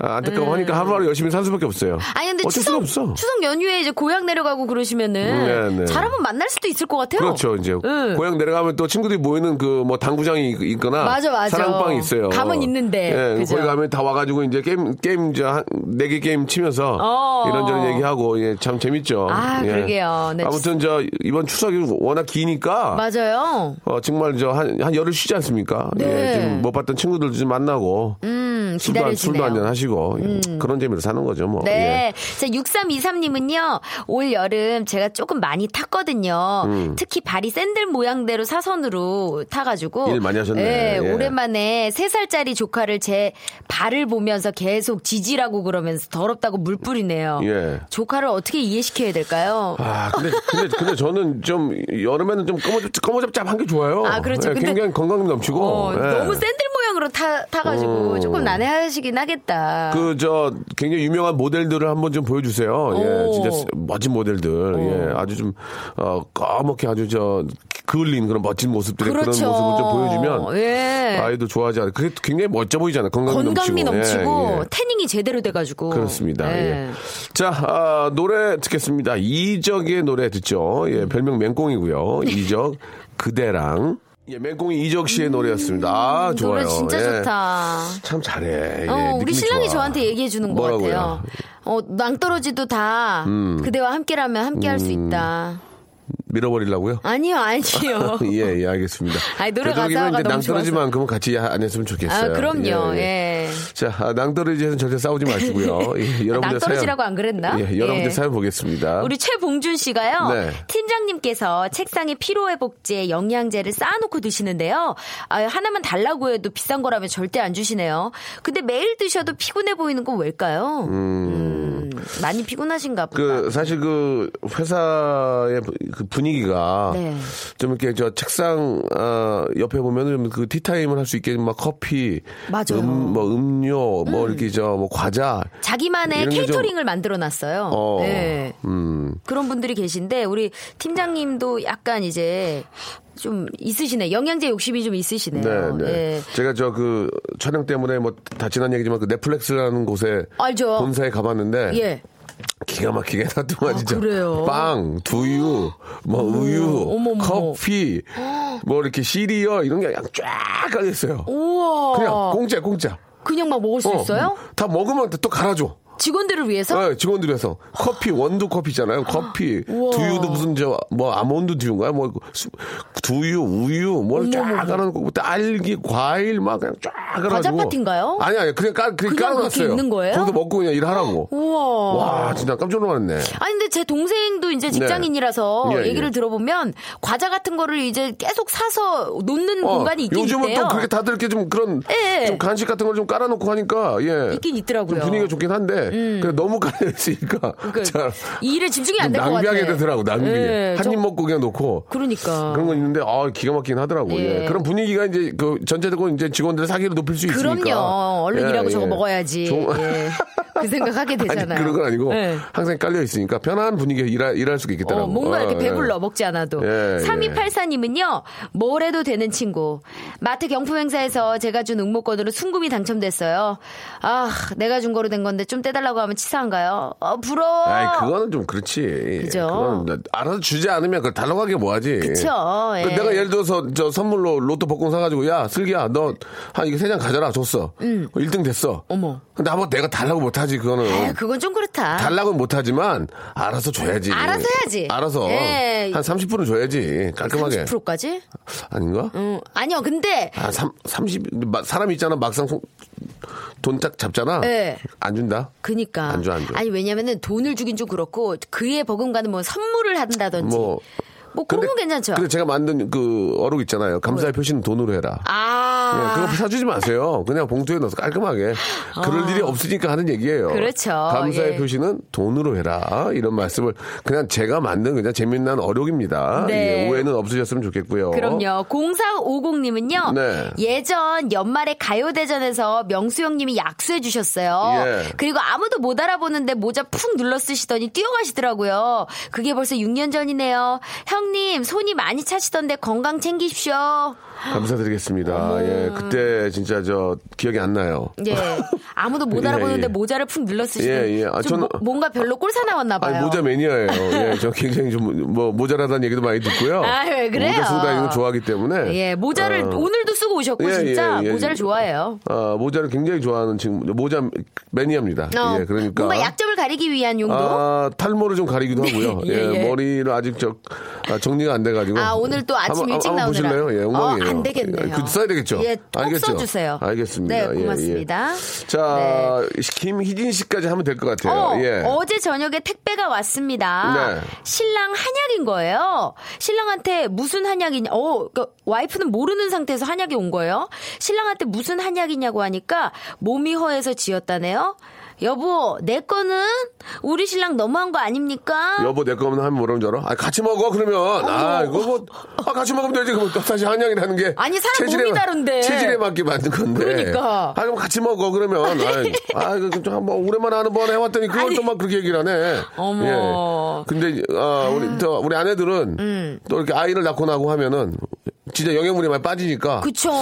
Speaker 1: 아, 안타까워하니까 하루하루 열심히 살 수밖에 없어요.
Speaker 5: 음. 아니 근데
Speaker 1: 어쩔
Speaker 5: 추석
Speaker 1: 수가 없어.
Speaker 5: 추석 연휴에 이제 고향 내려가고 그러시면은
Speaker 1: 네, 네.
Speaker 5: 잘하면 만날 수도 있을 것 같아요.
Speaker 1: 그렇죠. 이제
Speaker 5: 응.
Speaker 1: 고향 내려가면 또 친구들이 모이는 그 뭐 당구장이 있- 있거나
Speaker 5: 맞아, 맞아.
Speaker 1: 사랑방이 있어요.
Speaker 5: 감은 있는데.
Speaker 1: 예,
Speaker 5: 그죠?
Speaker 1: 거기 가면 다 와가지고 이제 게임 게임 이제 네개 게임 치면서
Speaker 5: 어.
Speaker 1: 이런저런 얘기하고 예, 참 재밌죠.
Speaker 5: 아,
Speaker 1: 예.
Speaker 5: 그러게요. 네,
Speaker 1: 아무튼 저 이번 추석이 워낙 기니까
Speaker 5: 맞아요.
Speaker 1: 어, 정말 저 한, 한 열흘 쉬지 않습니까?
Speaker 5: 네.
Speaker 1: 예, 지금 못 봤던 친구들도 좀 만나고.
Speaker 5: 음,
Speaker 1: 술도, 한,
Speaker 5: 기다려지네요. 음.
Speaker 1: 술도 한잔 하시고. 그런 재미로 사는 거죠, 뭐.
Speaker 5: 네. 자, 6323님은요, 올 여름 제가 조금 많이 탔거든요.
Speaker 1: 음.
Speaker 5: 특히 발이 샌들 모양대로 사선으로 타가지고.
Speaker 1: 일 많이 하셨네.
Speaker 5: 예,
Speaker 1: 예.
Speaker 5: 오랜만에 3살짜리 조카를 제 발을 보면서 계속 지지라고 그러면서 더럽다고 물 뿌리네요.
Speaker 1: 예.
Speaker 5: 조카를 어떻게 이해시켜야 될까요?
Speaker 1: 아, 근데, 근데, 근데 저는 좀, 여름에는 좀 꺼머잡, 꺼머잡잡한 게 좋아요.
Speaker 5: 아, 그렇죠.
Speaker 1: 예,
Speaker 5: 근데-
Speaker 1: 굉장히 건강 넘치고.
Speaker 5: 어,
Speaker 1: 예.
Speaker 5: 너무 샌들 모양으로 타, 타가지고
Speaker 1: 음.
Speaker 5: 조금 난해하시긴 하겠다.
Speaker 1: 그, 저, 굉장히 유명한 모델들을 한번 좀 보여주세요. 예,
Speaker 5: 오.
Speaker 1: 진짜 스- 멋진 모델들. 예, 아주 좀, 어, 까맣게 아주 저, 그을린 그런 멋진 모습들의 그런
Speaker 5: 그렇죠.
Speaker 1: 모습을 좀 보여주면.
Speaker 5: 예.
Speaker 1: 아이도 좋아하지 않아요. 그게 굉장히 멋져 보이잖아요. 건강이 넘치고.
Speaker 5: 건강미 넘치고,
Speaker 1: 예, 예.
Speaker 5: 태닝이 제대로 돼가지고.
Speaker 1: 그렇습니다.
Speaker 5: 예.
Speaker 1: 예. 자, 아, 노래 듣겠습니다. 이적의 노래 듣죠. 예, 별명 맹꽁이고요. 이적 그대랑 예, 맹꽁이 이적 씨의 노래였습니다. 아, 좋아요.
Speaker 5: 음, 노래 진짜
Speaker 1: 예.
Speaker 5: 좋다.
Speaker 1: 참 잘해. 예,
Speaker 5: 어,
Speaker 1: 느낌이
Speaker 5: 우리 신랑이
Speaker 1: 좋아.
Speaker 5: 저한테 얘기해 주는 것
Speaker 1: 뭐라고요? 음.
Speaker 5: 같아요. 어, 낭떠러지도 다 그대와 함께라면 함께할 수 있다.
Speaker 1: 밀어버리려고요?
Speaker 5: 아니요,
Speaker 1: (laughs)
Speaker 5: 아니요.
Speaker 1: 예, 예, 알겠습니다.
Speaker 5: 어. (laughs) 아니, 노래
Speaker 1: 되도록이면
Speaker 5: 가사가
Speaker 1: 이제
Speaker 5: 너무
Speaker 1: 낭떠러지만큼은 같이 안 했으면
Speaker 5: 아,
Speaker 1: 좋겠어요.
Speaker 5: 그럼요. 예.
Speaker 1: 자, 아, 낭떠러지에서는 절대 싸우지
Speaker 5: (laughs)
Speaker 1: 마시고요. 예, 여러분들
Speaker 5: 낭떠러지라고
Speaker 1: 사연-
Speaker 5: 안 그랬나?
Speaker 1: 예, 여러분들
Speaker 5: 예.
Speaker 1: 사연 보겠습니다.
Speaker 5: 우리 최봉준 씨가요.
Speaker 1: 네.
Speaker 5: 팀장님께서 책상에 피로회복제, 영양제를 쌓아놓고 드시는데요. 아, 하나만 달라고 해도 비싼 거라면 절대 안 주시네요. 근데 매일 드셔도 피곤해 보이는 건 왜일까요? 음, 많이 피곤하신가 보다.
Speaker 1: 그 사실 그 회사의 그 분위기가
Speaker 5: 네.
Speaker 1: 좀 이렇게 저 책상 어, 옆에 보면은 그 티타임을 할 수 있게 막 커피,
Speaker 5: 맞아요.
Speaker 1: 음, 뭐 음료, 뭐 이렇게 저 뭐 과자,
Speaker 5: 자기만의
Speaker 1: 이런 게 좀-
Speaker 5: 케이터링을 만들어 놨어요.
Speaker 1: 어,
Speaker 5: 네.
Speaker 1: 음,
Speaker 5: 그런 분들이 계신데 우리 팀장님도 약간 이제 좀 있으시네. 영양제 욕심이 좀
Speaker 1: 네,
Speaker 5: 있으시네요.
Speaker 1: 네.
Speaker 5: 예.
Speaker 1: 제가 저 그 촬영 때문에 뭐 다 지난 얘기지만 그 넷플릭스라는 곳에
Speaker 5: 알죠.
Speaker 1: 본사에 가봤는데
Speaker 5: 예.
Speaker 1: 기가 막히게 (laughs) 놔두면
Speaker 5: 아,
Speaker 1: 진짜
Speaker 5: 그래요?
Speaker 1: 빵, 두유, 뭐 우유,
Speaker 5: 어머, 어머.
Speaker 1: 커피, 뭐 이렇게 시리얼 이런 게 그냥 쫙 깔려 있어요.
Speaker 5: 우와.
Speaker 1: 그냥
Speaker 5: 그냥,
Speaker 1: 공짜 공짜.
Speaker 5: 막 먹을 수
Speaker 1: 어,
Speaker 5: 있어요?
Speaker 1: 다 먹으면 또 갈아줘.
Speaker 5: 직원들을 위해서?
Speaker 1: 네, 직원들에서 커피 원두 커피잖아요. 커피
Speaker 5: 우와.
Speaker 1: 두유도 무슨 저 뭐 아몬드 두유인가요? 뭐 수- 두유 우유 뭘쫙 깔아놓고 딸기 과일 막 그냥 쫙 깔아가지고
Speaker 5: 과자 파티인가요?
Speaker 1: 아니 아니 그냥 깔 그냥,
Speaker 5: 그냥 그렇게
Speaker 1: 깔아놨어요.
Speaker 5: 있는 거예요?
Speaker 1: 거기서 먹고 그냥 일하라고.
Speaker 5: 우와.
Speaker 1: 와 진짜 깜짝 놀랐네.
Speaker 5: 아니 근데 제 동생도 이제 직장인이라서
Speaker 1: 네. 예,
Speaker 5: 얘기를
Speaker 1: 예.
Speaker 5: 들어보면 과자 같은 거를 이제 계속 사서 놓는
Speaker 1: 어,
Speaker 5: 공간이 있긴
Speaker 1: 요즘은
Speaker 5: 있대요.
Speaker 1: 또 그렇게 다들 이렇게 좀 그런
Speaker 5: 예, 예.
Speaker 1: 좀 간식 같은 걸 좀 깔아놓고 하니까 예
Speaker 5: 있긴
Speaker 1: 좀
Speaker 5: 있더라고요. 음.
Speaker 1: 분위기가 좋긴 한데 그냥 너무 (laughs) 깔려 있으니까
Speaker 5: 그러니까
Speaker 1: 잘
Speaker 5: 이 일에 집중이 안 될 것 같아.
Speaker 1: 낭비하게 되더라고 낭비.
Speaker 5: 예,
Speaker 1: 한입
Speaker 5: 좀-
Speaker 1: 먹고 그냥 놓고
Speaker 5: 그러니까.
Speaker 1: 그런 건 있는데 아 기가 막히긴 하더라고. 예.
Speaker 5: 예.
Speaker 1: 그런 분위기가 이제 그 전체적으로 이제 직원들의 사기를 높일 수 있으니까.
Speaker 5: 그럼요. 얼른
Speaker 1: 예,
Speaker 5: 일하고 저거
Speaker 1: 예.
Speaker 5: 먹어야지.
Speaker 1: 조-
Speaker 5: 예. 그 생각하게
Speaker 1: (laughs) 아니
Speaker 5: 되잖아요.
Speaker 1: 그런 건 아니고
Speaker 5: 예.
Speaker 1: 항상 깔려 있으니까 편한 분위기에 일할, 일할 수가 있겠더라고.
Speaker 5: 어, 목만 이렇게
Speaker 1: 아,
Speaker 5: 배불러
Speaker 1: 예.
Speaker 5: 먹지 않아도.
Speaker 1: 예, 예.
Speaker 5: 3284님은요, 뭘 해도 되는 친구. 마트 경품 행사에서 제가 준 응모권으로 순금이 당첨됐어요. 아, 내가 준 거로 된 건데 좀 떼달라고 하면 치사한가요? 어, 부러워.
Speaker 1: 아이 그거는 좀 그렇지.
Speaker 5: 그죠?
Speaker 1: 그건 나- 알아서 주지 않으면 그걸 달라고 하게 뭐하지.
Speaker 5: 그쵸, 예.
Speaker 1: 그러니까 내가 예를 들어서 저 선물로 로또 복권 사가지고 야 슬기야 너 한 이거 세 장 가져라 줬어. 일 1등 됐어.
Speaker 5: 음. 어머.
Speaker 1: 근데 한번 내가 달라고 못하지 그거는.
Speaker 5: 아유, 그건 좀 그렇다.
Speaker 1: 달라고는 못하지만 알아서 줘야지.
Speaker 5: 알아서 해야지.
Speaker 1: 알아서
Speaker 5: 예.
Speaker 1: 한 30%는 줘야지 깔끔하게.
Speaker 5: 30%까지?
Speaker 1: 아닌가?
Speaker 5: 응. 아니요, 근데
Speaker 1: 아, 삼, 30, 마- 사람 있잖아, 막상 돈 딱 잡잖아?
Speaker 5: 예.
Speaker 1: 안 준다?
Speaker 5: 그니까
Speaker 1: 안 줘, 안 줘.
Speaker 5: 아니 왜냐면은 돈을 주긴 좀 그렇고 그에 버금가는 뭐 선물을 한다든지
Speaker 1: 뭐.
Speaker 5: 뭐, 그런
Speaker 1: 근데-
Speaker 5: 건 괜찮죠.
Speaker 1: 근데 제가 만든 그 어록 있잖아요. 감사의 표시는 돈으로 해라.
Speaker 5: 아
Speaker 1: 예, 그거 사주지 마세요. 그냥 봉투에 넣어서 깔끔하게. 그럴 일이 없으니까 하는 얘기예요.
Speaker 5: 아. 그렇죠.
Speaker 1: 감사의
Speaker 5: 예.
Speaker 1: 표시는 돈으로 해라. 이런 말씀을 그냥 제가 만든 그냥 재미난 어록입니다.
Speaker 5: 네.
Speaker 1: 예, 오해는 없으셨으면 좋겠고요.
Speaker 5: 그럼요. 0450님은요.
Speaker 1: 어? 네.
Speaker 5: 예전 연말에 가요대전에서 명수 형님이 약수해 주셨어요.
Speaker 1: 예.
Speaker 5: 그리고 아무도 못 알아보는데 모자 푹 눌러 쓰시더니 뛰어가시더라고요. 그게 벌써 6년 전이네요. 형님 손이 많이 차시던데 건강 챙기십시오.
Speaker 1: 감사드리겠습니다. 예, 그때 진짜 저 기억이 안 나요. (laughs)
Speaker 5: 예. 아무도 못
Speaker 1: 예,
Speaker 5: 알아보는데
Speaker 1: 예.
Speaker 5: 모자를 푹 눌러 쓰시더니
Speaker 1: 예, 예. 아,
Speaker 5: 좀
Speaker 1: 저는-
Speaker 5: 뭐- 뭔가 별로 꼴사 나왔나 봐요.
Speaker 1: 아니, 모자
Speaker 5: (laughs)
Speaker 1: 매니아예요. 예, 저 굉장히 좀 뭐 모자라다는 얘기도 많이 듣고요.
Speaker 5: 아, 왜 그래요?
Speaker 1: 모자 쓰고 다니는 거 좋아하기 때문에.
Speaker 5: 예, 모자를
Speaker 1: 어.
Speaker 5: 오늘도 쓰고 오셨고
Speaker 1: 예,
Speaker 5: 진짜
Speaker 1: 예, 예.
Speaker 5: 모자를 좋아해요.
Speaker 1: 아, 모자를 굉장히 좋아하는 지금 모자 매니아입니다.
Speaker 5: 어,
Speaker 1: 예, 그러니까
Speaker 5: 뭔가 약점을 가리기 위한 용도.
Speaker 1: 아, 탈모를 좀 가리기도 하고요.
Speaker 5: (laughs) 예,
Speaker 1: 예,
Speaker 5: 예.
Speaker 1: 머리를 아직 저 아, 정리가 안 돼가지고.
Speaker 5: 아, 오늘 또 아침
Speaker 1: 한번,
Speaker 5: 일찍
Speaker 1: 한번
Speaker 5: 나오느라.
Speaker 1: 보실래요? 예, 엉망이에요.
Speaker 5: 어, 안 되겠네요.
Speaker 1: 예, 그 써야 되겠죠.
Speaker 5: 예, 꼭
Speaker 1: 알겠죠?
Speaker 5: 써주세요.
Speaker 1: 알겠습니다.
Speaker 5: 네,
Speaker 1: 예, 예.
Speaker 5: 고맙습니다. 네.
Speaker 1: 자, 김희진 씨까지 하면 될 것 같아요.
Speaker 5: 어,
Speaker 1: 예.
Speaker 5: 어제 저녁에 택배가 왔습니다.
Speaker 1: 네.
Speaker 5: 신랑 한약인 거예요. 신랑한테 무슨 한약이냐, 어, 그 와이프는 모르는 상태에서 한약이 온 거예요. 신랑한테 무슨 한약이냐고 하니까 몸이 허해서 지었다네요. 여보, 내 거는 우리 신랑 너무한 거 아닙니까?
Speaker 1: 여보 내 거면 하면 뭐라는 줄 알아? 아 같이 먹어 그러면 아 이거 뭐 아, 같이 먹으면 되지 그럼 또 다시 한양이라는 게
Speaker 5: 아니, 사람
Speaker 1: 체질에
Speaker 5: 몸이
Speaker 1: 맞-
Speaker 5: 다른데.
Speaker 1: 체질에 맞게 만든 건데
Speaker 5: 그러니까.
Speaker 1: 아 그럼 같이 먹어 그러면 아이, 아 이거 좀 한번 오랜만에 하는 번 해왔더니 그걸 또 막 그렇게 얘기를 하네
Speaker 5: 어머.
Speaker 1: 예. 근데 아 우리 저 우리 아내들은
Speaker 5: 음.
Speaker 1: 또 이렇게 아이를 낳고 나고 하면은 진짜 영양분이 많이 빠지니까
Speaker 5: 그쵸.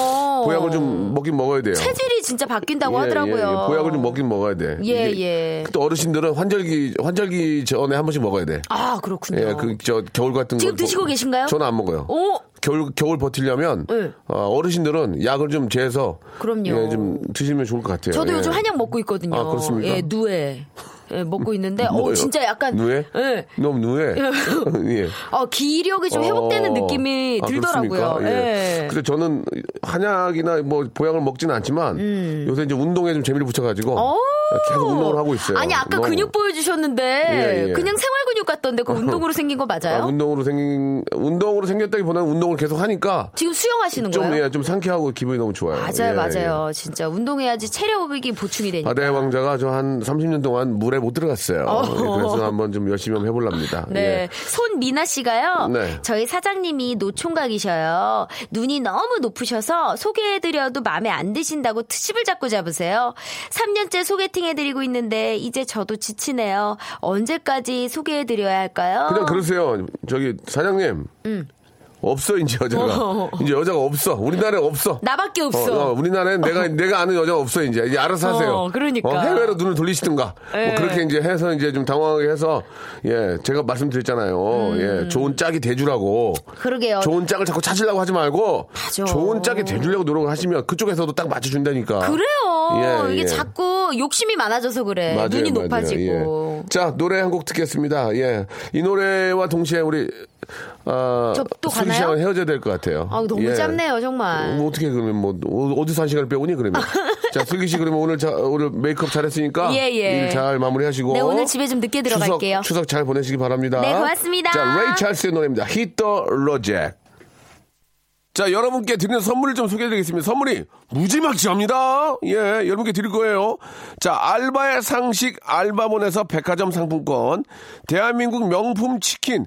Speaker 1: 보약을 좀 먹긴 먹어야 돼요
Speaker 5: 체질이 진짜 바뀐다고
Speaker 1: 예,
Speaker 5: 하더라고요.
Speaker 1: 예, 예. 보약을 좀 먹긴 먹어야 돼.
Speaker 5: 예,
Speaker 1: 이게
Speaker 5: 예.
Speaker 1: 또 어르신들은 환절기 환절기 전에 한 번씩 먹어야 돼.
Speaker 5: 아, 그렇군요.
Speaker 1: 예, 그 저 겨울 같은
Speaker 5: 지금
Speaker 1: 거
Speaker 5: 드시고 계신가요?
Speaker 1: 저는 안 먹어요.
Speaker 5: 오!
Speaker 1: 겨울 겨울 버티려면
Speaker 5: 네.
Speaker 1: 어, 르신들은 약을 좀 재서
Speaker 5: 그럼요.
Speaker 1: 예, 좀 드시면 좋을 것 같아요.
Speaker 5: 저도
Speaker 1: 예.
Speaker 5: 요즘 한약 먹고 있거든요.
Speaker 1: 아, 그렇습니까?
Speaker 5: 예, 누에. 예, 먹고 있는데, 어,
Speaker 1: 뭐예요?
Speaker 5: 진짜 약간.
Speaker 1: 누에?
Speaker 5: 예.
Speaker 1: 너무 누에. (laughs) 예.
Speaker 5: 어, 기력이 좀 회복되는
Speaker 1: 어,
Speaker 5: 느낌이
Speaker 1: 아,
Speaker 5: 들더라고요.
Speaker 1: 그렇습니까?
Speaker 5: 예.
Speaker 1: 근데 저는 한약이나 뭐 보약을 먹지는 않지만
Speaker 5: 음.
Speaker 1: 요새 이제 운동에 좀 재미를 붙여가지고
Speaker 5: 오!
Speaker 1: 계속 운동을 하고 있어요.
Speaker 5: 어. 아니, 아까
Speaker 1: 너무.
Speaker 5: 근육 보여주셨는데,
Speaker 1: 예, 예.
Speaker 5: 그냥 생활 근육 같던데, 그 운동으로 생긴 거 맞아요?
Speaker 1: 아, 운동으로 생긴 운동으로 생겼다기보다는 운동을 계속 하니까
Speaker 5: 지금 수영하시는
Speaker 1: 좀,
Speaker 5: 거예요?
Speaker 1: 예, 좀 상쾌하고 기분이 너무 좋아요.
Speaker 5: 맞아요,
Speaker 1: 예,
Speaker 5: 맞아요. 진짜 운동해야지 체력이 보충이 되니까.
Speaker 1: 바다의 왕자가 저 한 30년 동안 물에 못 들어갔어요. 예, 그래서 한번 좀 열심히 한번 해볼랍니다.
Speaker 5: 네. 손미나 씨가요.
Speaker 1: 예. 네.
Speaker 5: 저희 사장님이 노총각이셔요. 눈이 너무 높으셔서 소개해드려도 마음에 안 드신다고 트집을 자꾸 잡으세요. 3년째 소개팅해드리고 있는데 이제 저도 지치네요. 언제까지 소개해드려야 할까요?
Speaker 1: 그냥 그러세요. 저기 사장님. 없어 이제 여자가
Speaker 5: 음. 어.
Speaker 1: 이제 여자가 없어 우리나라에 없어
Speaker 5: 나밖에 없어.
Speaker 1: 어, 어, 우리나라에
Speaker 5: (laughs)
Speaker 1: 내가 내가 아는 여자가 없어 이제 이제 알아서
Speaker 5: 어,
Speaker 1: 하세요
Speaker 5: 그러니까.
Speaker 1: 해외로 눈을 돌리시든가
Speaker 5: 예.
Speaker 1: 뭐 그렇게 이제 해서 이제 좀 당황하게 해서 예 제가 말씀드렸잖아요 예 좋은 짝이 돼주라고
Speaker 5: 음. 그러게요.
Speaker 1: 좋은 짝을 자꾸 찾으려고 하지 말고
Speaker 5: 어, 맞아.
Speaker 1: 좋은 짝이 돼주려고 노력을 하시면 그쪽에서도 딱 맞춰준다니까
Speaker 5: 그래요.
Speaker 1: 예,
Speaker 5: 이게
Speaker 1: 예.
Speaker 5: 자꾸 욕심이 많아져서 그래.
Speaker 1: 맞아요,
Speaker 5: 눈이
Speaker 1: 맞아요.
Speaker 5: 높아지고.
Speaker 1: 예. 자 노래 한 곡 듣겠습니다. 예, 이 노래와 동시에 우리 아,
Speaker 5: 저또
Speaker 1: 슬기
Speaker 5: 가나요?
Speaker 1: 씨랑 헤어져야 될 것 같아요.
Speaker 5: 아, 너무
Speaker 1: 예.
Speaker 5: 짧네요, 정말.
Speaker 1: 뭐 어떻게 그러면 뭐 어- 어디서 한 시간을 빼오니
Speaker 5: (laughs)
Speaker 1: 그러면 자 슬기 씨 그러면 오늘 자, 오늘 메이크업 잘했으니까
Speaker 5: 예, 예.
Speaker 1: 일 잘 마무리하시고
Speaker 5: 네, 오늘 집에 좀 늦게 들어갈게요.
Speaker 1: 추석, 추석 잘 보내시기 바랍니다.
Speaker 5: 네, 고맙습니다.
Speaker 1: 자 레이 찰스의 노래입니다. Hit the Logic. 자, 여러분께 드리는 선물을 좀 소개해드리겠습니다. 선물이 무지막지합니다. 예, 여러분께 드릴 거예요. 자, 알바의 상식 알바몬에서 백화점 상품권, 대한민국 명품 치킨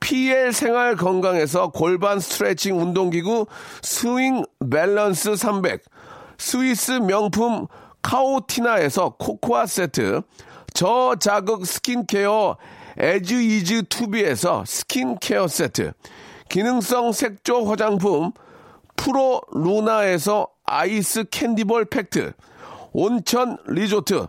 Speaker 1: PL 생활 건강에서 골반 스트레칭 운동기구 스윙 밸런스 300, 스위스 명품 카오티나에서 코코아 세트, 저자극 스킨케어 에즈이즈 투비에서 스킨케어 세트, 기능성 색조 화장품 프로 루나에서 아이스 캔디볼 팩트, 온천 리조트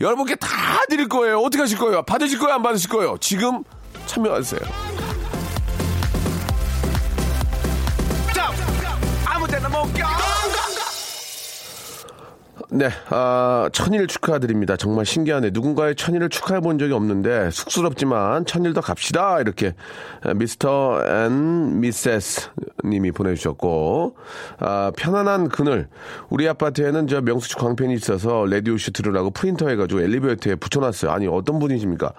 Speaker 1: 여러분께 다 드릴 거예요. 어떻게 하실 거예요? 받으실 거예요? 안 받으실 거예요? 지금 참여하세요. 네, 아, 천일 축하드립니다. 정말 신기하네. 누군가의 천일을 축하해 본 적이 없는데, 쑥스럽지만, 천일 더 갑시다. 이렇게, 에, 미스터 앤 미세스 님이 보내주셨고, 아, 편안한 그늘. 우리 아파트에는 저 명수축 광팬이 있어서, 레디오쇼 들으라고 프린터 해가지고 엘리베이터에 붙여놨어요. 아니, 어떤 분이십니까?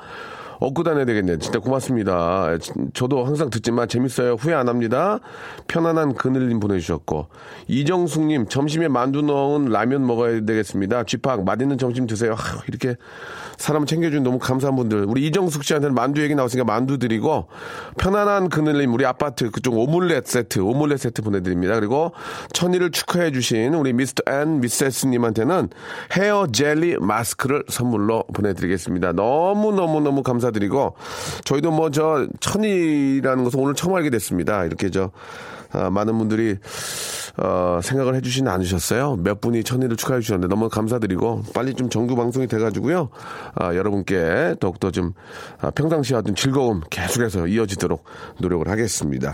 Speaker 1: 얻고 다녀야 되겠네. 진짜 고맙습니다. 예, 진- 저도 항상 듣지만 재밌어요. 후회 안 합니다. 편안한 그늘님 보내주셨고. 이정숙님, 점심에 만두 넣은 라면 먹어야 되겠습니다. 쥐팍, 맛있는 점심 드세요. 하, 이렇게 사람 챙겨주는 너무 감사한 분들. 우리 이정숙 씨한테는 만두 얘기 나왔으니까 만두 드리고, 편안한 그늘님, 우리 아파트 그쪽 오믈렛 세트, 오믈렛 세트 보내드립니다. 그리고 천일을 축하해주신 우리 미스터 앤 미세스님한테는 헤어 젤리 마스크를 선물로 보내드리겠습니다. 너무너무너무 감사드리고, 저희도 뭐 저 천이라는 것을 오늘 처음 알게 됐습니다. 이렇게 저, 아, 많은 분들이, 어, 생각을 해주시는 않으셨어요. 몇 분이 천일을 축하해 주셨는데 너무 감사드리고, 빨리 좀 정규 방송이 돼가지고요. 아, 여러분께 더욱더 좀 아, 평상시와 좀 즐거움 계속해서 이어지도록 노력을 하겠습니다.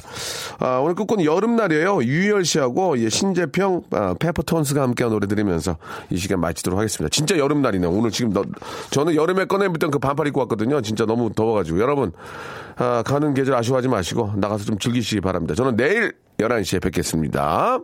Speaker 1: 아, 오늘 끝곡은 여름날이에요. 유희열 씨하고 예, 신재평 아, 페퍼톤스가 함께한 노래 들으면서 이 시간 마치도록 하겠습니다. 진짜 여름날이네요. 오늘 지금 너- 저는 여름에 꺼내봤던 그 반팔 입고 왔거든요. 진짜 너무 더워가지고 여러분 아, 가는 계절 아쉬워하지 마시고 나가서 좀 즐기시기 바랍니다. 저는 내일 11시에 뵙겠습니다.